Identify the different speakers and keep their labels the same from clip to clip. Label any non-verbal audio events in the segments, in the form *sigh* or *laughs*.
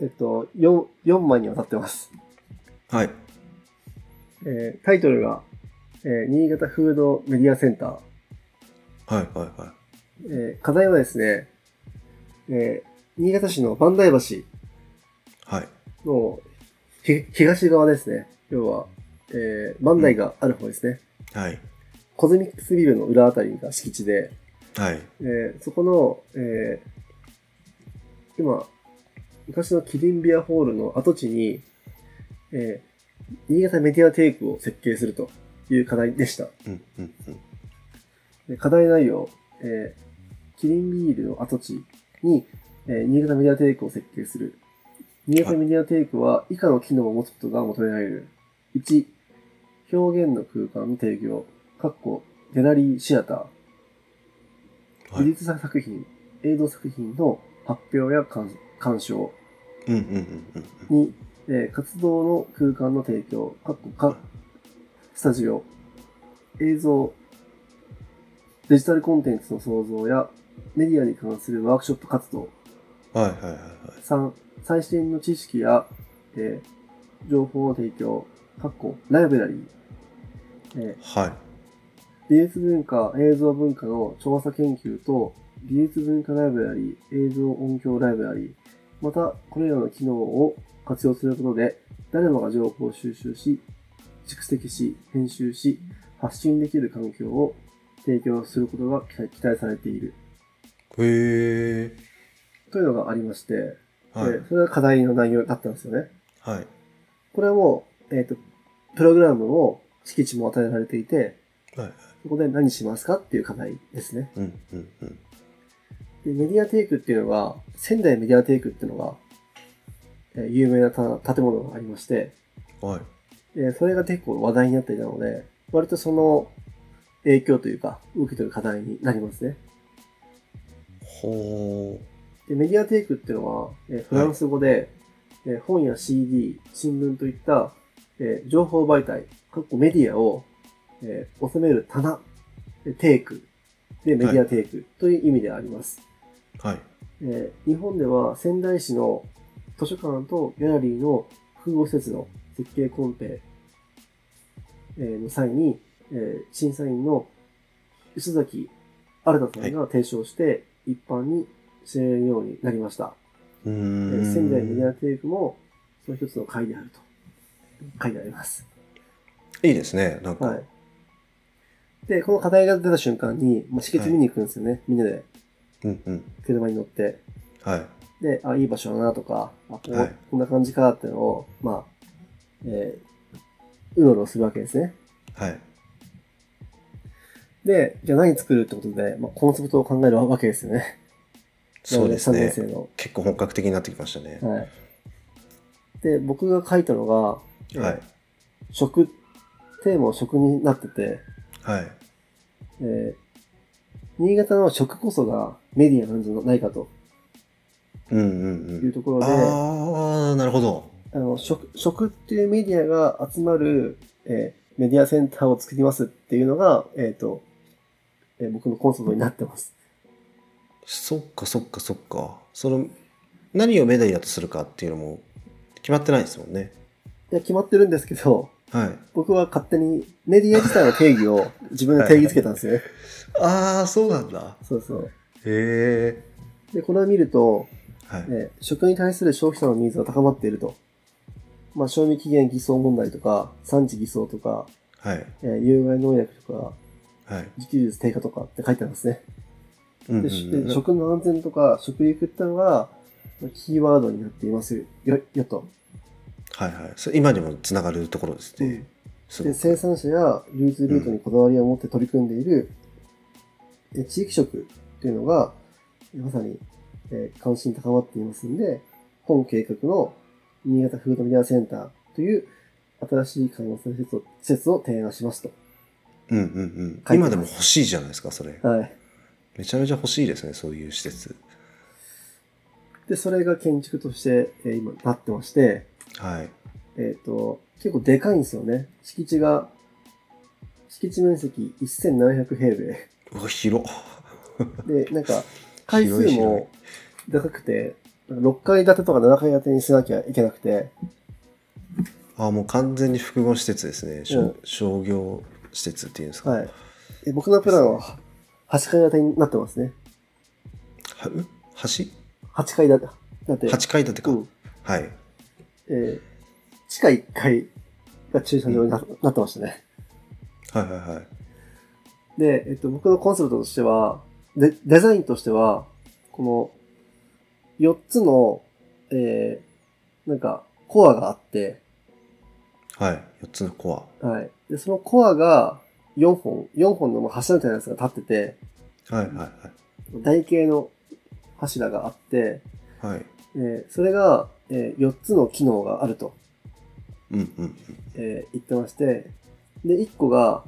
Speaker 1: えっと、4, 4枚にわたってます。
Speaker 2: はい。
Speaker 1: えータイトルが、えー新潟フードメディアセンター。
Speaker 2: はいはいはい。
Speaker 1: えー課題はですね、えー新潟市の万代橋
Speaker 2: はい。
Speaker 1: のひ東側ですね。要は、えー万代がある方ですね。
Speaker 2: はい。
Speaker 1: コズミックスビルの裏あたりが敷地で、
Speaker 2: はい。
Speaker 1: えーそこの、えー今、昔のキリンビアホールの跡地に、えー新潟メディアテイクを設計するという課題でした。
Speaker 2: うんうんうん。
Speaker 1: で課題内容、えーキリンビールの跡地に、えー新潟メディアテイクを設計する。新潟メディアテイクは以下の機能を持つことが求められる。1、表現の空間の提供、かっこギャラリーシアター。
Speaker 2: は
Speaker 1: 美
Speaker 2: い。
Speaker 1: 術作品、映像作品の発表や鑑鑑賞
Speaker 2: うんうんうんうんうん。
Speaker 1: に、えー活動の空間の提供、かっこかスタジオ、映像、デジタルコンテンツの創造やメディアに関するワークショップ活動、
Speaker 2: はいはいはいはい。
Speaker 1: 3、最新の知識や、えー情報の提供、かっこライブラリー、えー
Speaker 2: はい。
Speaker 1: 美術文化、映像文化の調査研究と、美術文化ライブラリー、映像音響ライブラリー、また、これらの機能を活用することで、誰もが情報を収集し、蓄積し、編集し、発信できる環境を提供することが期待期待されている。
Speaker 2: へえ。
Speaker 1: というのがありまして、
Speaker 2: はい
Speaker 1: で。それが課題の内容だったんですよね。
Speaker 2: はい。
Speaker 1: これはもう、えっ、と、プログラムも敷地も与えられていて、
Speaker 2: はい。
Speaker 1: そこで何しますかっていう課題ですね。
Speaker 2: うんうんうん。
Speaker 1: でメディアテイクっていうのが、仙台メディアテイクっていうのが、えー有名なた建物がありまして、
Speaker 2: はい。
Speaker 1: でそれが結構話題になっていたので、割とその影響というか、受け取る課題になりますね。
Speaker 2: ほ
Speaker 1: でメディアテイクっていうのは、えーフランス語で、えー本や CD、新聞といった、えー情報媒体、かっこメディアを、えー収める棚、でテイク、でメディアテイクという意味であります。
Speaker 2: う。はい。
Speaker 1: えー日本では仙台市の図書館とギャラリーの複合施設の設計コンペ、えーの際に、えー審査員の石崎新田さんが提唱して一般に知られるようになりました。
Speaker 2: う
Speaker 1: え
Speaker 2: ーん。
Speaker 1: ー仙台メディアテイクもその一つの会であると書いてあります。
Speaker 2: いいですね。なんか。
Speaker 1: はい。で、この課題が出た瞬間に、まあ、敷地見に行くんですよね。みんなで
Speaker 2: うんうん。
Speaker 1: 車に乗って。
Speaker 2: はい。
Speaker 1: で、あ、いい場所だなとか、あこう
Speaker 2: はい
Speaker 1: こんな感じかっていうのを、まあ、えー、うろうろするわけですね。
Speaker 2: はい。
Speaker 1: で、じゃあ何作るってことで、まあ、コンセプトを考えるわけですよね。
Speaker 2: そうです
Speaker 1: なの
Speaker 2: ね。
Speaker 1: 3年
Speaker 2: 結構本格的になってきましたね
Speaker 1: 生。の。はい。で、僕が書いたのが、えー
Speaker 2: はい。
Speaker 1: 食、テーマを食になってて、
Speaker 2: はい。
Speaker 1: えー新潟の食こそがメディアなんじゃないかと
Speaker 2: うんうん。
Speaker 1: いううんところで、あ
Speaker 2: ああ、なるほど。
Speaker 1: の食、食っていうメディアが集まる、えーメディアセンターを作りますっていうのが、えっ、と、えー僕のコンセプトになってます。
Speaker 2: そっかそっかそっか。その、何をメディアとするかっていうのも決まってないですもんね。
Speaker 1: いや、決まってるんですけど、
Speaker 2: はい。
Speaker 1: 僕は勝手にメディア自体の定義を自分で定義つけたんですよね。
Speaker 2: ああ、そうなんだ。
Speaker 1: そうそう。
Speaker 2: へえ。
Speaker 1: で、これを見ると、
Speaker 2: はい。
Speaker 1: えー食に対する消費者のニーズは高まっていると。まあ、賞味期限偽装問題とか、産地偽装とか、
Speaker 2: はい。
Speaker 1: えー有害農薬とか、
Speaker 2: はい。
Speaker 1: 自給率低下とかって書いてあるんですね。
Speaker 2: うんうん
Speaker 1: でしで
Speaker 2: うん
Speaker 1: 食の安全とか食育ってのがキーワードになっていますよよと、
Speaker 2: はいはい。それ今にもつながるところですね。すご
Speaker 1: で
Speaker 2: く
Speaker 1: 生産者や流通ルートにこだわりを持って取り組んでいる、え地域食っていうのがまさに、えー関心高まっていますんで本計画の新潟フードメディアセンターという新しい緩和する施設を施設を提案しますと。
Speaker 2: うんうんうん
Speaker 1: ます
Speaker 2: 今でも欲しいじゃないですか、それ。
Speaker 1: はい。
Speaker 2: めちゃめちゃ欲しいですね、そういう施設。
Speaker 1: で、それが建築として、えー今なってまして、
Speaker 2: はい。
Speaker 1: えっ、と、結構でかいんですよね。敷地が、敷地面積1700平
Speaker 2: うわ、広っ。
Speaker 1: 米。で、なんか、回数
Speaker 2: 広い広
Speaker 1: もでかくて、 6階建てとか7階建てにしなきゃいけなくて、
Speaker 2: あもう完全に複合施設ですね、商
Speaker 1: うん
Speaker 2: 商業施設っていうんですか、
Speaker 1: はい。で僕のプランは8階建てになってますね。
Speaker 2: はうん橋
Speaker 1: 8階建て。だって、
Speaker 2: 8階建てか、
Speaker 1: うん
Speaker 2: はい
Speaker 1: えー地下1階が駐車場にな,、なってましたね。
Speaker 2: はいはいはい
Speaker 1: で、えっと、僕のコンセプトとしては、デデザインとしては、この4つの、えーなんか、コアがあって、
Speaker 2: はい4つのコ
Speaker 1: はい。で、そのコアが4本、4本の柱みたいなやつが立ってて、
Speaker 2: アはいはいは
Speaker 1: 台形の柱があって、
Speaker 2: いはい
Speaker 1: えーそれが、え4つの機能があると、
Speaker 2: うんうんうん
Speaker 1: えー言ってまして、で、1個が、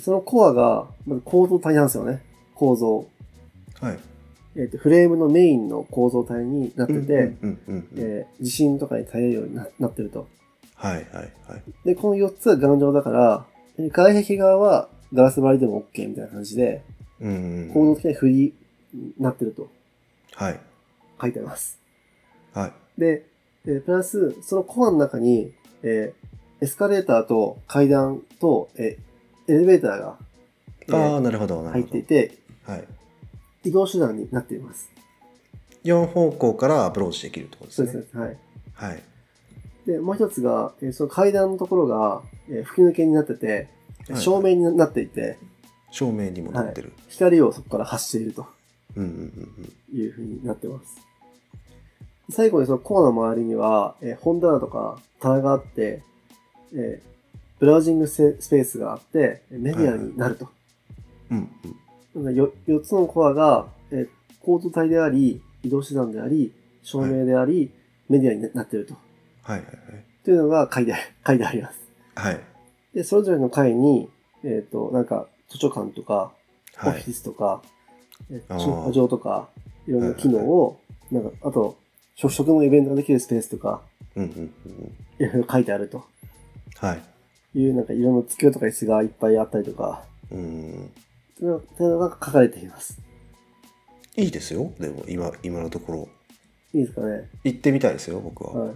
Speaker 1: そのコアが、まず構造体なんですよね。構造。
Speaker 2: はい
Speaker 1: えーと、フレームのメインの構造体になってて、
Speaker 2: うんうんうんうん
Speaker 1: えー地震とかに耐えるようにななってると。
Speaker 2: はいはいはい
Speaker 1: で、この4つは頑丈だから、えー外壁側はガラス張りでも OK みたいな感じで、
Speaker 2: うん
Speaker 1: 構
Speaker 2: うん
Speaker 1: 造的な振りになってると
Speaker 2: はい
Speaker 1: 書いてあります。
Speaker 2: はい
Speaker 1: で、えープラス、そのコアの中に、えーエスカレーターと階段と、えーエレベーターが、えー
Speaker 2: ああなるほどな
Speaker 1: 入
Speaker 2: る
Speaker 1: っ
Speaker 2: ほ
Speaker 1: てい
Speaker 2: ど
Speaker 1: て、
Speaker 2: はい
Speaker 1: 移動手段になっています。
Speaker 2: 4方向からアプローチできるってことで
Speaker 1: そ
Speaker 2: す
Speaker 1: う
Speaker 2: ね
Speaker 1: ですね。はい。
Speaker 2: はい
Speaker 1: で、もう一つが、えーその階段のところが、えー吹き抜けになってて、
Speaker 2: はい
Speaker 1: 照明になっていて、
Speaker 2: 照明にもなってる、
Speaker 1: 光をそこから発していると
Speaker 2: うんうんうん
Speaker 1: いうふうになってます。最後にそのコアの周りには、えー本棚とか棚があって、えーブラウジングせスペースがあって、メディアになると。
Speaker 2: うんうんうん
Speaker 1: なんかよ4つのコアが、えー、コート体であり、移動手段であり、照明であり、メディアになっていると。
Speaker 2: はいはい
Speaker 1: というのが書いて、書いてあります。
Speaker 2: はいはい
Speaker 1: で、それぞれの階に、えっ、と、なんか、図書館とか、オ
Speaker 2: は
Speaker 1: フ
Speaker 2: い
Speaker 1: ィスとか、え
Speaker 2: あー
Speaker 1: 駐車場とか、いろんな機能を、なんか、あと、食食のイベントができるスペースとか、
Speaker 2: うんうんうんうん
Speaker 1: いろいろ書いてあると
Speaker 2: はい
Speaker 1: いう、なんか、いろんな机とか椅子がいっぱいあったりとか、
Speaker 2: うん
Speaker 1: というのというのが書かれています。
Speaker 2: いいですよでも今今のところ
Speaker 1: いいですかね。
Speaker 2: 行ってみたいですよ僕はは
Speaker 1: はい。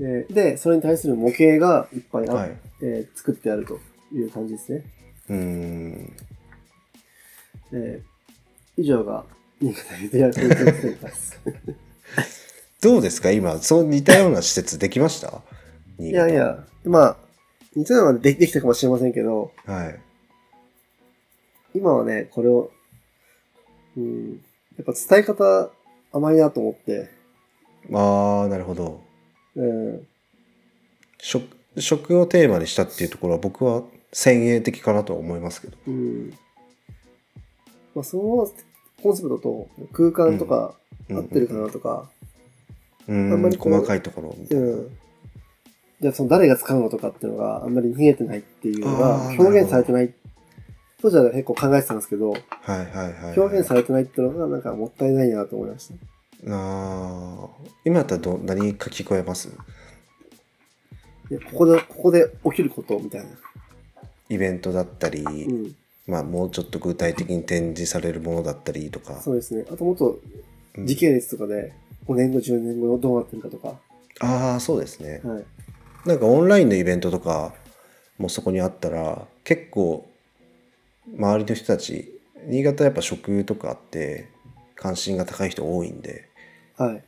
Speaker 1: で、でそれに対する模型がいっぱい
Speaker 2: い、
Speaker 1: あ、えー作ってあるという感じですね。
Speaker 2: うん
Speaker 1: えー以上が、新潟ユートリアクリテ
Speaker 2: *laughs*
Speaker 1: ィセンターです。
Speaker 2: どうですか今そう似たような施設できました新
Speaker 1: い
Speaker 2: 潟
Speaker 1: やいや、まあ、似たようなのはでできたかもしれませんけど、
Speaker 2: はい
Speaker 1: 今はね、これを、うん、やっぱ伝え方甘いなと思って、
Speaker 2: ああなるほど
Speaker 1: うん、
Speaker 2: 食食をテーマにしたっていうところは僕は先鋭的かなとは思いますけど
Speaker 1: うん。まあ、そのコンセプトと空間とか合ってるかなとか、
Speaker 2: うん
Speaker 1: あんまりこう
Speaker 2: 細かいところ
Speaker 1: うん。じゃあその誰が使うのとかっていうのがあんまり見えてないっていうのが
Speaker 2: あー
Speaker 1: 表現されてない。当時は結構考えてたんですけど、
Speaker 2: はいはいはいはい、
Speaker 1: 表現されてないっていうのがなんかもったいないなと思いました。
Speaker 2: あー今だったらど何か聞こえます
Speaker 1: でここで、ここで起きることみたいな。
Speaker 2: イベントだったり、
Speaker 1: うん。
Speaker 2: まあ、もうちょっと具体的に展示されるものだったりとか
Speaker 1: そうですね。あともっと
Speaker 2: うん
Speaker 1: 時系列とかで、5年後、10年後どうなってるかとか。
Speaker 2: ああそうですね
Speaker 1: はい。
Speaker 2: なんかオンラインのイベントとかもそこにあったら結構周りの人たち新潟やっぱ食とかあって関心が高い人多いんで
Speaker 1: はい。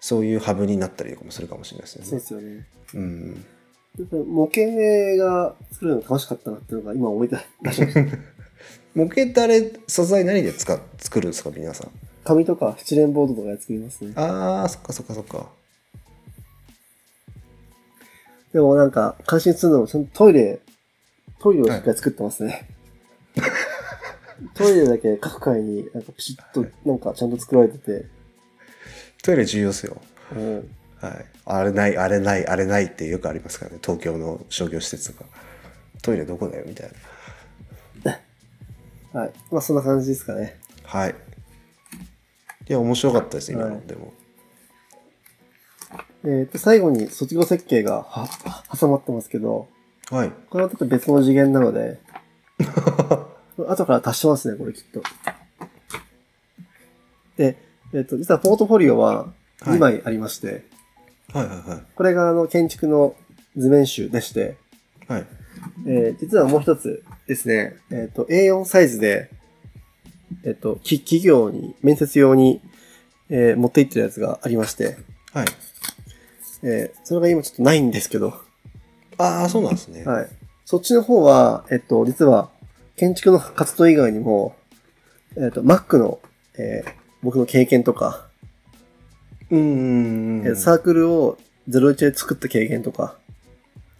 Speaker 2: そういうハブになったりとかもするかもしれないですよね。
Speaker 1: そうですよね。
Speaker 2: うん、
Speaker 1: やっぱ模型が作るの楽しかったなっていうのが今思い出しました。
Speaker 2: 模型ってあれ素材何で使っ作るんですか皆さん。
Speaker 1: *laughs* 紙とか七連ボードとかで作りますね。
Speaker 2: ああそっかそっかそっか。
Speaker 1: でもなんか、感心するのも、ちゃんとトイレ、トイレをしっかり作ってますね。トイレだけ各階に、なんかピシッと、なんかちゃんと作られてて、
Speaker 2: トイレ重要ですよ。
Speaker 1: うん、
Speaker 2: はい、あれないあれないあれないってよくありますからね東京の商業施設とかトイレどこだよみたいな。
Speaker 1: はい。まあそんな感じですかね。
Speaker 2: はい。いや、面白かったです、今の、
Speaker 1: はい
Speaker 2: でも。
Speaker 1: えー、と、最後に卒業設計がはは挟まってますけど、
Speaker 2: はい。
Speaker 1: これはちょっと別の次元なので、
Speaker 2: *laughs*
Speaker 1: 後から足してますね、これきっと。で、えっと、実はポートフォリオは
Speaker 2: は
Speaker 1: 2
Speaker 2: い
Speaker 1: 枚ありまして、
Speaker 2: はいは
Speaker 1: これがあの建築の図面集でして、
Speaker 2: いはい。はい。
Speaker 1: えー実はもう一つですね、えっと、A4 サイズで、えっと、き企業に、面接用に、えー持って行ってるやつがありまして、
Speaker 2: はい。
Speaker 1: えーそれが今ちょっとないんですけど、
Speaker 2: ああ、そうなんですね。
Speaker 1: はい。そっちの方は、えっと、実は、建築の活動以外にも、えっと、Mac の、えー僕の経験とか、
Speaker 2: うーん。
Speaker 1: えーサークルを01で作った経験とか、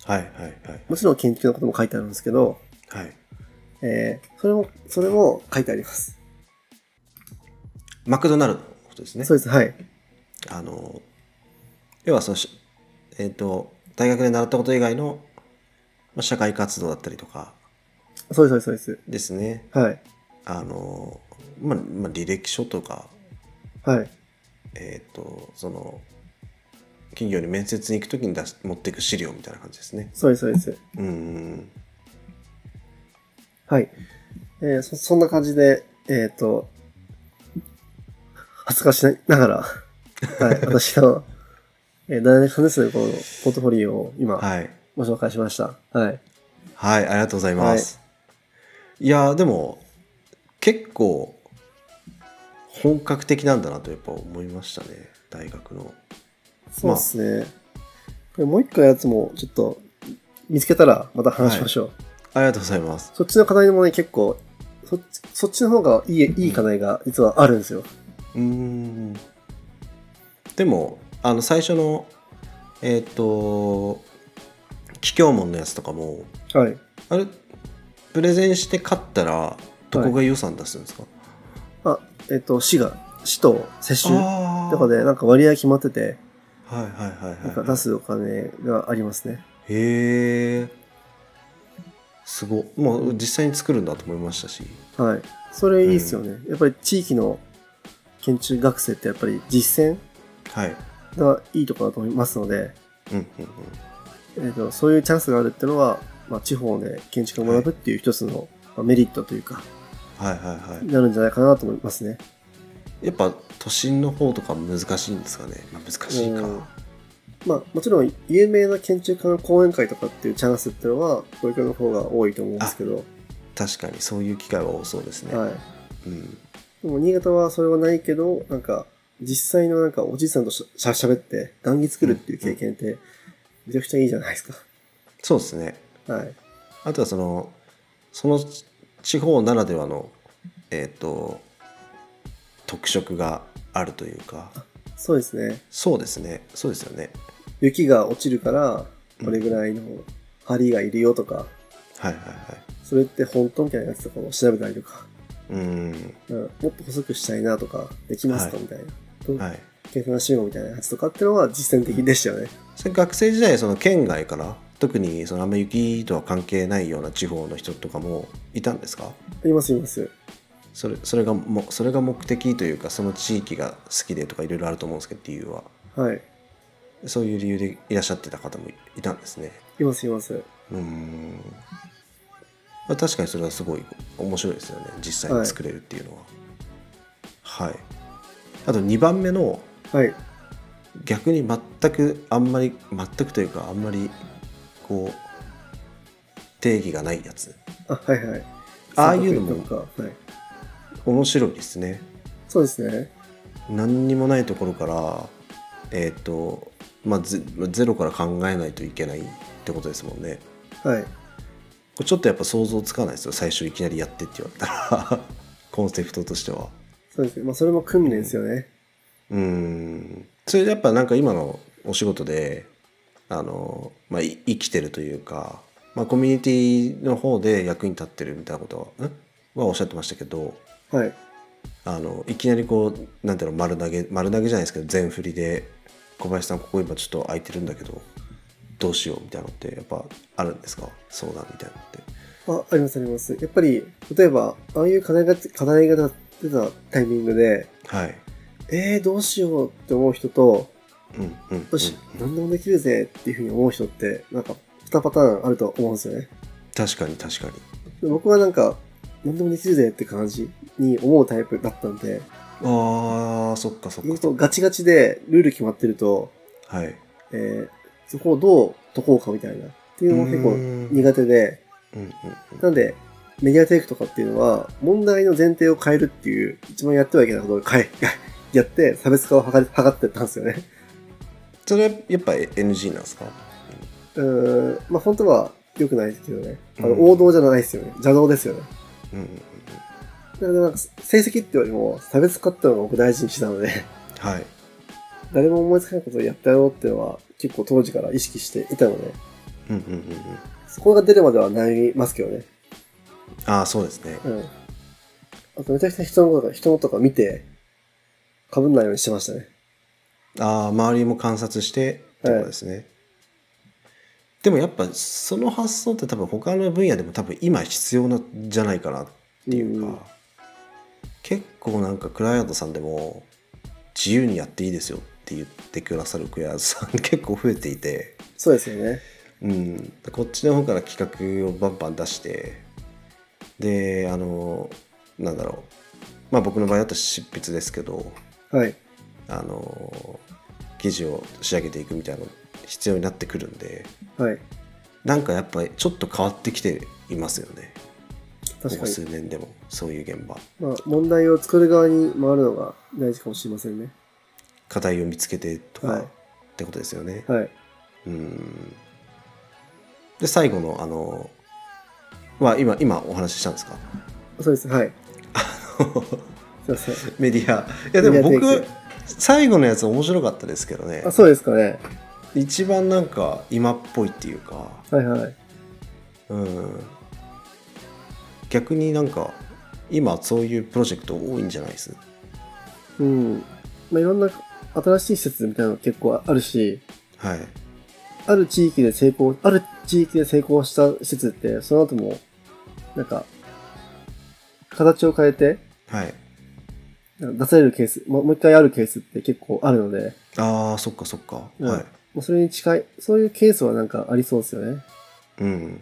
Speaker 2: はいはいはい。
Speaker 1: もちろん建築のことも書いてあるんですけど、
Speaker 2: はい。
Speaker 1: えーそれも、それも書いてあります。
Speaker 2: マクドナルドのことですね。
Speaker 1: そうです、はい。
Speaker 2: あの、要はそのし、えっ、と、大学で習ったこと以外のまあ社会活動だったりとか
Speaker 1: そうです、そうです、そうで
Speaker 2: ですね。
Speaker 1: す。はい。
Speaker 2: あの、まあ、まあ、履歴書とか、
Speaker 1: はい。
Speaker 2: えっ、と、その、企業に面接に行くときに出し持っていく資料みたいな感じですね。
Speaker 1: そうです、そうです。
Speaker 2: うーん。
Speaker 1: はい。えーそ、そんな感じで、えっ、と、恥ずかしな *laughs* がら、はい、私の、えー、大学3年生の頃のポートフォリオを今、
Speaker 2: はい。
Speaker 1: ご紹介しました。はい。
Speaker 2: はい、ありがとうございます。い、やー、でも、結構、本格的なんだなとやっぱ思いましたね。大学の。
Speaker 1: そうですね。これもう一回やつも、ちょっと、見つけたらまた話しましょう。
Speaker 2: ありがとうございます。
Speaker 1: そっちの課題もね、結構、そっちそっちの方がいい、いい課題が実はあるんですよ。
Speaker 2: うーん。でも、あの、最初の、えーっ、と、桔梗門のやつとかも、
Speaker 1: はい。
Speaker 2: あれ、プレゼンして勝ったら、どこが予算出すんですか、
Speaker 1: あ、えっ、と、市が、市と接種
Speaker 2: あー
Speaker 1: とかで、なんか割合決まってて、
Speaker 2: はいはいはい
Speaker 1: なんか
Speaker 2: はい。
Speaker 1: 出すお金がありますね。
Speaker 2: へえすごもう実際に作るんだと思いましたし
Speaker 1: はい。それいいっすよね。やっぱり地域の建築学生ってやっぱり実践
Speaker 2: はい
Speaker 1: がいいところだと思いますので、
Speaker 2: うんうんうん
Speaker 1: えー、とそういうチャンスがあるっていうのは、まあ、地方で建築を学ぶっていう一つの、まあ、メリットというか、
Speaker 2: はいはいは
Speaker 1: なるんじゃないかなと思いますね。
Speaker 2: いやっぱ都心の方とか難しいんですかね、まあ、難しいか
Speaker 1: うんまあ、もちろん、有名な建築家の講演会とかっていうチャンスっていうのは、東京の方が多いと思うんですけど、
Speaker 2: 確かにそういう機会は多そうですね、
Speaker 1: はい。
Speaker 2: うん、
Speaker 1: でも、新潟はそれはないけど、なんか、実際のなんか、おじいさんとしゃしゃべって、談義作るっていう経験って、めちゃくちゃいいじゃないです
Speaker 2: そうですね
Speaker 1: か。 *laughs* はい。
Speaker 2: あとはそのその地方ならではのえっ、と特色があるというか
Speaker 1: そうですね。
Speaker 2: そうですねそうですよね
Speaker 1: 雪が落ちるから、
Speaker 2: うん
Speaker 1: これぐらいの針がいるよとか、
Speaker 2: はいはいはい
Speaker 1: それって本当みたいなやつとかを調べたりとか、
Speaker 2: うん
Speaker 1: うん、もっと細くしたいなとか、できますか
Speaker 2: はい
Speaker 1: みたいな。どう
Speaker 2: はい
Speaker 1: 計算しようみたいなやつとかってのは実践的でしたよね。
Speaker 2: それ学生時代その県外から特にそのあんま雪とは関係ないような地方の人とかもいたんですか
Speaker 1: いますいます。
Speaker 2: それそれがもそれが目的というかその地域が好きでとかいろいろあると思うんですけど理由は
Speaker 1: はい。
Speaker 2: そういう理由でいらっしゃってた方もいたんですね
Speaker 1: いますいます。
Speaker 2: うーんまあ確かにそれはすごい面白いですよね実際に作れるっていうのははい、あと2番目の
Speaker 1: はい。
Speaker 2: 逆に全くあんまり全くというかあんまりこう定義がないやつ
Speaker 1: あ、はいはい。
Speaker 2: ああいうのも
Speaker 1: 三角形とかはい。
Speaker 2: 面白いですね
Speaker 1: そうですね。
Speaker 2: 何にもないところからえっ、とまあゼゼロから考えないといけないってことですもんね
Speaker 1: はい。
Speaker 2: これちょっとやっぱ想像つかないですよ最初いきなりやってって言われたら *laughs* コンセプトとしては
Speaker 1: そうですね。まあ、それも訓練ですよね。
Speaker 2: うーんそれやっぱなんか今のお仕事であの、まあ、い生きてるというか、まあ、コミュニティの方で役に立ってるみたいなことはんはおっしゃってましたけど
Speaker 1: はい。
Speaker 2: あのいきなりこうなんていうの丸投げ丸投げじゃないですけど全振りで「小林さんここ今ちょっと空いてるんだけどどうしよう」みたいなのってやっぱあるんですか相談みたいなのって。
Speaker 1: あ、ありますあります。やっぱり、例えば、ああいう課題が、課題が出たタイミングで、
Speaker 2: はい、
Speaker 1: えー、どうしようって思う人と、
Speaker 2: うんうんうん
Speaker 1: よし、何でもできるぜっていうふうに思う人って、なんか、2パターンあると思うんですよね。
Speaker 2: 確かに確かに。
Speaker 1: で僕はなんか、何でもできるぜって感じに思うタイプだったんで、
Speaker 2: ああ、そっかそっ
Speaker 1: 本
Speaker 2: か
Speaker 1: 当
Speaker 2: そっか。
Speaker 1: ガチガチでルール決まってると、
Speaker 2: はい。
Speaker 1: えーそこをどう解こうかみたいなっていうのが結
Speaker 2: う
Speaker 1: 構
Speaker 2: ん
Speaker 1: 苦手で、
Speaker 2: うんうん
Speaker 1: なんで、メディアテイクとかっていうのは、問題の前提を変えるっていう、一番やってはいけないことを変え、 *laughs* やって、差別化を図れ図ってったんですよね。
Speaker 2: それはやっぱ NG なんですか
Speaker 1: うーん、まあ本当は良くないですけどね。あ
Speaker 2: うん
Speaker 1: の、王道じゃないですよね。邪道ですよね。
Speaker 2: うんうんうん。
Speaker 1: だからなんか、成績ってよりも、差別化っていうのが僕大事にしてたので、 *laughs*
Speaker 2: はい。
Speaker 1: 誰も思いつかないことをやったよっていうのは、結構当時から意識していたので、
Speaker 2: うんうんうんうん。
Speaker 1: そこが出るまでは悩みますけどね。
Speaker 2: ああ、そうですね。
Speaker 1: うん。あとめちゃくちゃ人のことか、人のとか見て、被んないようにしてましたね。
Speaker 2: ああ、周りも観察してってことですね。でもやっぱその発想って多分他の分野でも多分今必要なんじゃないかなっていうか、
Speaker 1: うん
Speaker 2: 結構なんかクライアントさんでも自由にやっていいですよって言ってくださるクライアントさん結構増えていて、
Speaker 1: そうですよね。
Speaker 2: うん、こっちの方から企画をバンバン出してであのなんだろうまあ僕の場合だと執筆ですけど
Speaker 1: はい。
Speaker 2: あの記事を仕上げていくみたいなの必要になってくるんで
Speaker 1: はい。
Speaker 2: なんかやっぱりちょっと変わってきていますよねこ
Speaker 1: 確
Speaker 2: こ
Speaker 1: かに。
Speaker 2: 数年でもそういう現場
Speaker 1: まあ、問題を作る側に回るのが大事かもしれませんね。
Speaker 2: 課題を見つけてと
Speaker 1: はい
Speaker 2: かってことですよね、
Speaker 1: はい。
Speaker 2: うんで最後のあのまあ今今お話ししたんですか
Speaker 1: そうです。はい。すいません。
Speaker 2: メディアいやでも
Speaker 1: メディア提
Speaker 2: 僕最後のやつ面白かったですけどね
Speaker 1: あ、そうですかね。
Speaker 2: 一番なんか今っぽいっていうか
Speaker 1: はいはい。
Speaker 2: うん逆になんか今そういうプロジェクト多いんじゃないです
Speaker 1: うん。まあ、いろんな新しい施設みたいなの結構あるし、
Speaker 2: はい
Speaker 1: ある地域で成功、ある地域で成功した施設って、その後も、なんか、形を変えて、
Speaker 2: はい
Speaker 1: なんか出されるケース、もうもう一回あるケースって結構あるので、
Speaker 2: ああそっかそっか、
Speaker 1: うん
Speaker 2: はい
Speaker 1: もうそれに近い、そういうケースはなんかありそうですよね。
Speaker 2: うん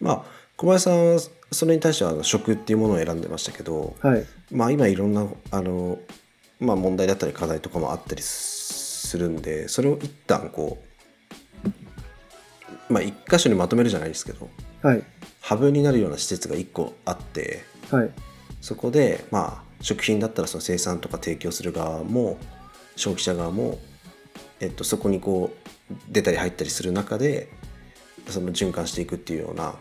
Speaker 2: まあ小林さんはそれに対してはあの食っていうものを選んでましたけど
Speaker 1: はい。
Speaker 2: まあ今いろんなあの、まあ、問題だったり課題とかもあったりするんでそれを一旦こうまあ一箇所にまとめるじゃないですけど
Speaker 1: はい。
Speaker 2: ハブになるような施設が一個あって
Speaker 1: はい。
Speaker 2: そこで、まあ、食品だったらその生産とか提供する側も消費者側も、えっと、そこにこう出たり入ったりする中でその循環していくっていうような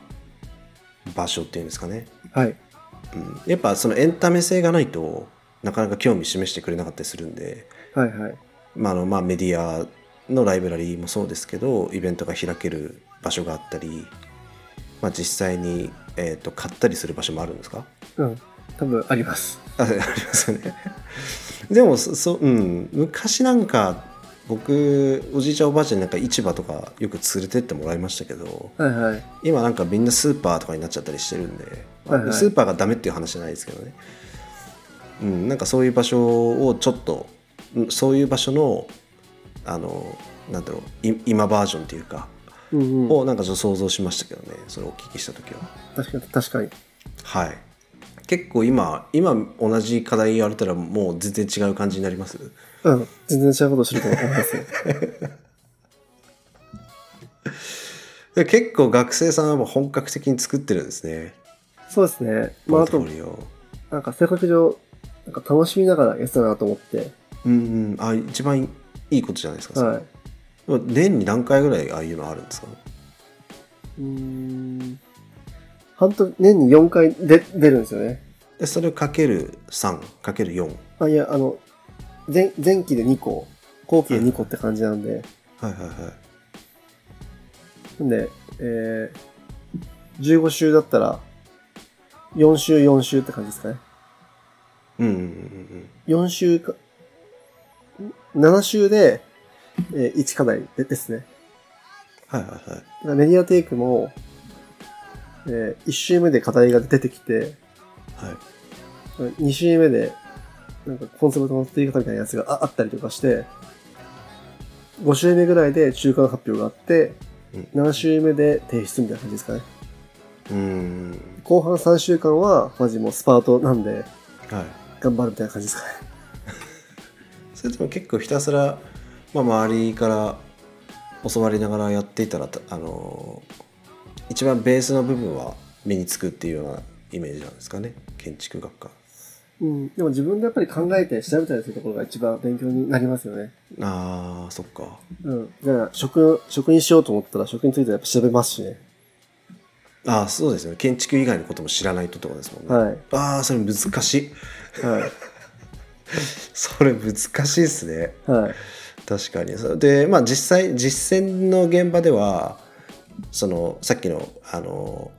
Speaker 2: 場所っていうんですかね、
Speaker 1: はい。
Speaker 2: うん、やっぱそのエンタメ性がないとなかなか興味示してくれなかったりするんで、
Speaker 1: はいはい。
Speaker 2: まああのまあ、メディアのライブラリーもそうですけどイベントが開ける場所があったり、まあ、実際に、えっと買ったりする場所もあるんですか
Speaker 1: うん。多分あります。
Speaker 2: ああ *laughs* りますよね。でもそそう、うん、昔なんか僕おじいちゃんおばあちゃんになんか市場とかよく連れてってもらいましたけど
Speaker 1: はいはい。
Speaker 2: 今なんかみんなスーパーとかになっちゃったりしてるんで、まあ
Speaker 1: はいはい
Speaker 2: スーパーがダメっていう話じゃないですけどね、うん、なんかそういう場所をちょっとうんそういう場所のあのなんだろうい今バージョンというか、
Speaker 1: うんうん。
Speaker 2: をなんかちょっと想像しましたけどねそれをお聞きした時は。
Speaker 1: 確かに、確かに。
Speaker 2: はい。結構今、今同じ課題やれたらもう全然違う感じになります
Speaker 1: うん。全然違うことしてると思います *laughs* よ。
Speaker 2: で結構学生さんは本格的に作ってるんですね。
Speaker 1: そうですね。まあ、あ
Speaker 2: ポー
Speaker 1: と
Speaker 2: トフォ、リオ
Speaker 1: なんか性格上、なんか楽しみながらやってたなと思って。
Speaker 2: うんうん。あ、一番いいことじゃないですか。それ
Speaker 1: はい。
Speaker 2: でも年に何回ぐらいああいうのあるんですか
Speaker 1: うーん。半年、年に4回で出るんですよね。
Speaker 2: で、それをかける3、かける4。
Speaker 1: あ、いや、あの、前、前期で2個、後期で2個って感じなんで。
Speaker 2: はいはいはい。
Speaker 1: なんで、えー、15週だったら、4週4週って感じですかね。
Speaker 2: うんうんうん
Speaker 1: 4週か、ん7週で、えー1課題でですね。
Speaker 2: うん。はいはいは
Speaker 1: だ
Speaker 2: い。
Speaker 1: からメディアテイクも、え1週目で課題が出てきて、
Speaker 2: はい、
Speaker 1: 2週目で、なんかコンセプトの作り方みたいなやつがああったりとかして、5週目ぐらいで中間発表があって、
Speaker 2: うん
Speaker 1: 7週目で提出みたいな感じですかね。
Speaker 2: うん。
Speaker 1: 後半3週間は、マジもうスパートなんで、
Speaker 2: はい。
Speaker 1: 頑張るみたいな感じですかね。
Speaker 2: それとも結構ひたすら、まあ、周りから教わりながらやっていたらたあの一番ベースの部分は目につくっていうようなイメージなんですかね建築学科
Speaker 1: うん。でも自分でやっぱり考えて調べたりするところが一番勉強になりますよね。
Speaker 2: あーそっか
Speaker 1: うん。だから、職、職にしようと思ったら、職についてはやっぱ調べますしね。
Speaker 2: ああそうですね建築以外のことも知らないとってことですもんね、
Speaker 1: はい。
Speaker 2: ああそれ難しい
Speaker 1: はい。
Speaker 2: それ難しいですね
Speaker 1: はい。
Speaker 2: 確かにそうでまあ実際実践の現場ではそのさっきのあの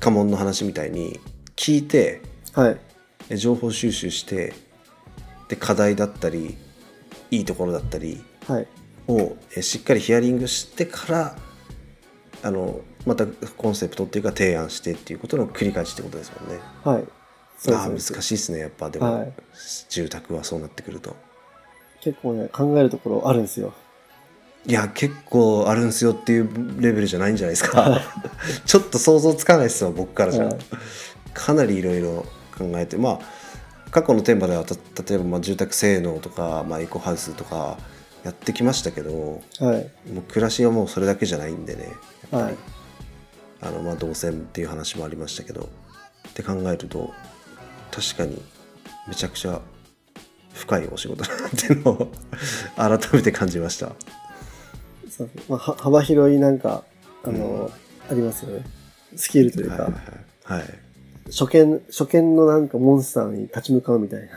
Speaker 2: 家紋の話みたいに聞いて
Speaker 1: はい。
Speaker 2: え情報収集してで課題だったりいいところだったり
Speaker 1: はい。
Speaker 2: をえしっかりヒアリングしてからあのまたコンセプトっていうか提案してっていうことの繰り返しってことですもんね。
Speaker 1: はい。そう
Speaker 2: あ
Speaker 1: で
Speaker 2: あ難
Speaker 1: すね。
Speaker 2: しいですねやっぱでも、
Speaker 1: はい
Speaker 2: 住宅はそうなってくると。
Speaker 1: 結構ね、考えるところあるんですよ。
Speaker 2: いや結構あるんすよっていうレベルじゃないんじゃないですか *laughs* ちょっと想像つかないですわ僕からじゃ、
Speaker 1: はい
Speaker 2: かなりいろいろ考えてまあ過去のテーマではた例えばまあ住宅性能とか、まあ、エコハウスとかやってきましたけども
Speaker 1: はい。
Speaker 2: う暮らしはもうそれだけじゃないんでね
Speaker 1: はい。
Speaker 2: あのまあ動線っていう話もありましたけどって考えると確かにめちゃくちゃ深いお仕事だなっていうのを *laughs* 改めて感じました。
Speaker 1: そうですね。まあ、は幅広いなんか、あの、ありますよね。スキルというか、
Speaker 2: はいはいはい
Speaker 1: 初見、初見のなんかモンスターに立ち向かうみたい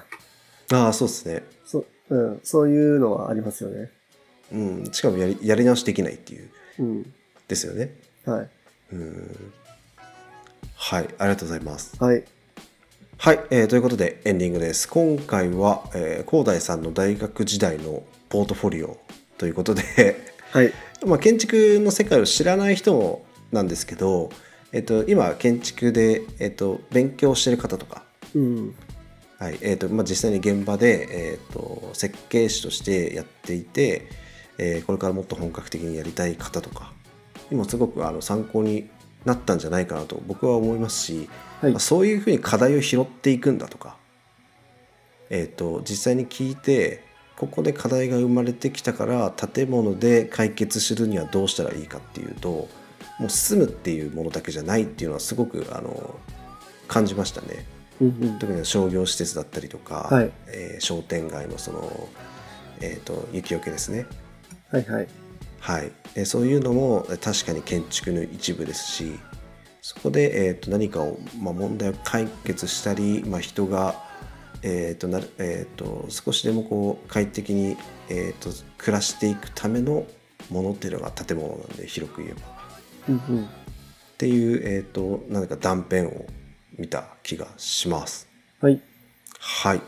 Speaker 1: な。
Speaker 2: ああそうですね、
Speaker 1: そうん、そういうのはありますよね。
Speaker 2: うん、しかもやりやり直しできないっていう
Speaker 1: うん。
Speaker 2: ですよね
Speaker 1: はい。
Speaker 2: うんはいありがとうございます
Speaker 1: はい。
Speaker 2: はい、えーということでエンディングです今回は、えー、広大さんの大学時代のポートフォリオということで、 *laughs*
Speaker 1: はい。
Speaker 2: まあ、建築の世界を知らない人もなんですけど、えっと今建築で、えっと勉強してる方とか
Speaker 1: うん。
Speaker 2: はいえーとまあ、実際に現場で、えー、と設計士としてやっていて、えーこれからもっと本格的にやりたい方とか今すごくあの参考になったんじゃないかなと僕は思いますし、
Speaker 1: はい
Speaker 2: まあそういうふうに課題を拾っていくんだとか、えー、と実際に聞いてここで課題が生まれてきたから建物で解決するにはどうしたらいいかっていうともう住むっていうものだけじゃないっていうのはすごくあの感じましたね。
Speaker 1: うんうん。
Speaker 2: 特に商業施設だったりとか、
Speaker 1: はい
Speaker 2: えー商店街のその、えー、と雪よけですね、
Speaker 1: はいはい。
Speaker 2: はいえーそういうのもえー確かに建築の一部ですしそこで、えー、と何かを、まあ、問題を解決したり、まあ、人が、えーとなるえー、と少しでもこう快適に、えー、と暮らしていくためのものっていうのが建物なんで広く言えばっ
Speaker 1: うんうん。
Speaker 2: ていう、えー、となんか断片を見た気がします。
Speaker 1: はい。
Speaker 2: はい。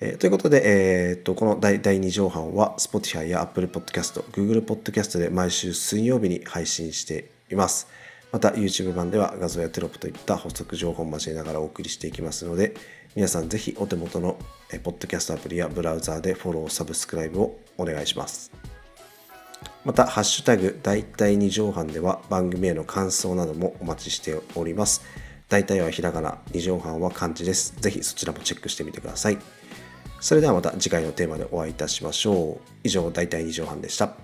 Speaker 2: えーということで、えー、とこの第第2畳半は Spotify や Apple Podcast、Google Podcast で毎週水曜日に配信しています。また YouTube 版では画像やテロップといった補足情報を交えながらお送りしていきますので、皆さんぜひお手元のえーポッドキャストアプリやブラウザーでフォロー、サブスクライブをお願いします。また、ハッシュタグ、大体2畳半では番組への感想などもお待ちしております。大体はひらがな、2畳半は漢字です。ぜひそちらもチェックしてみてください。それではまた次回のテーマでお会いいたしましょう。以上、大体2畳半でした。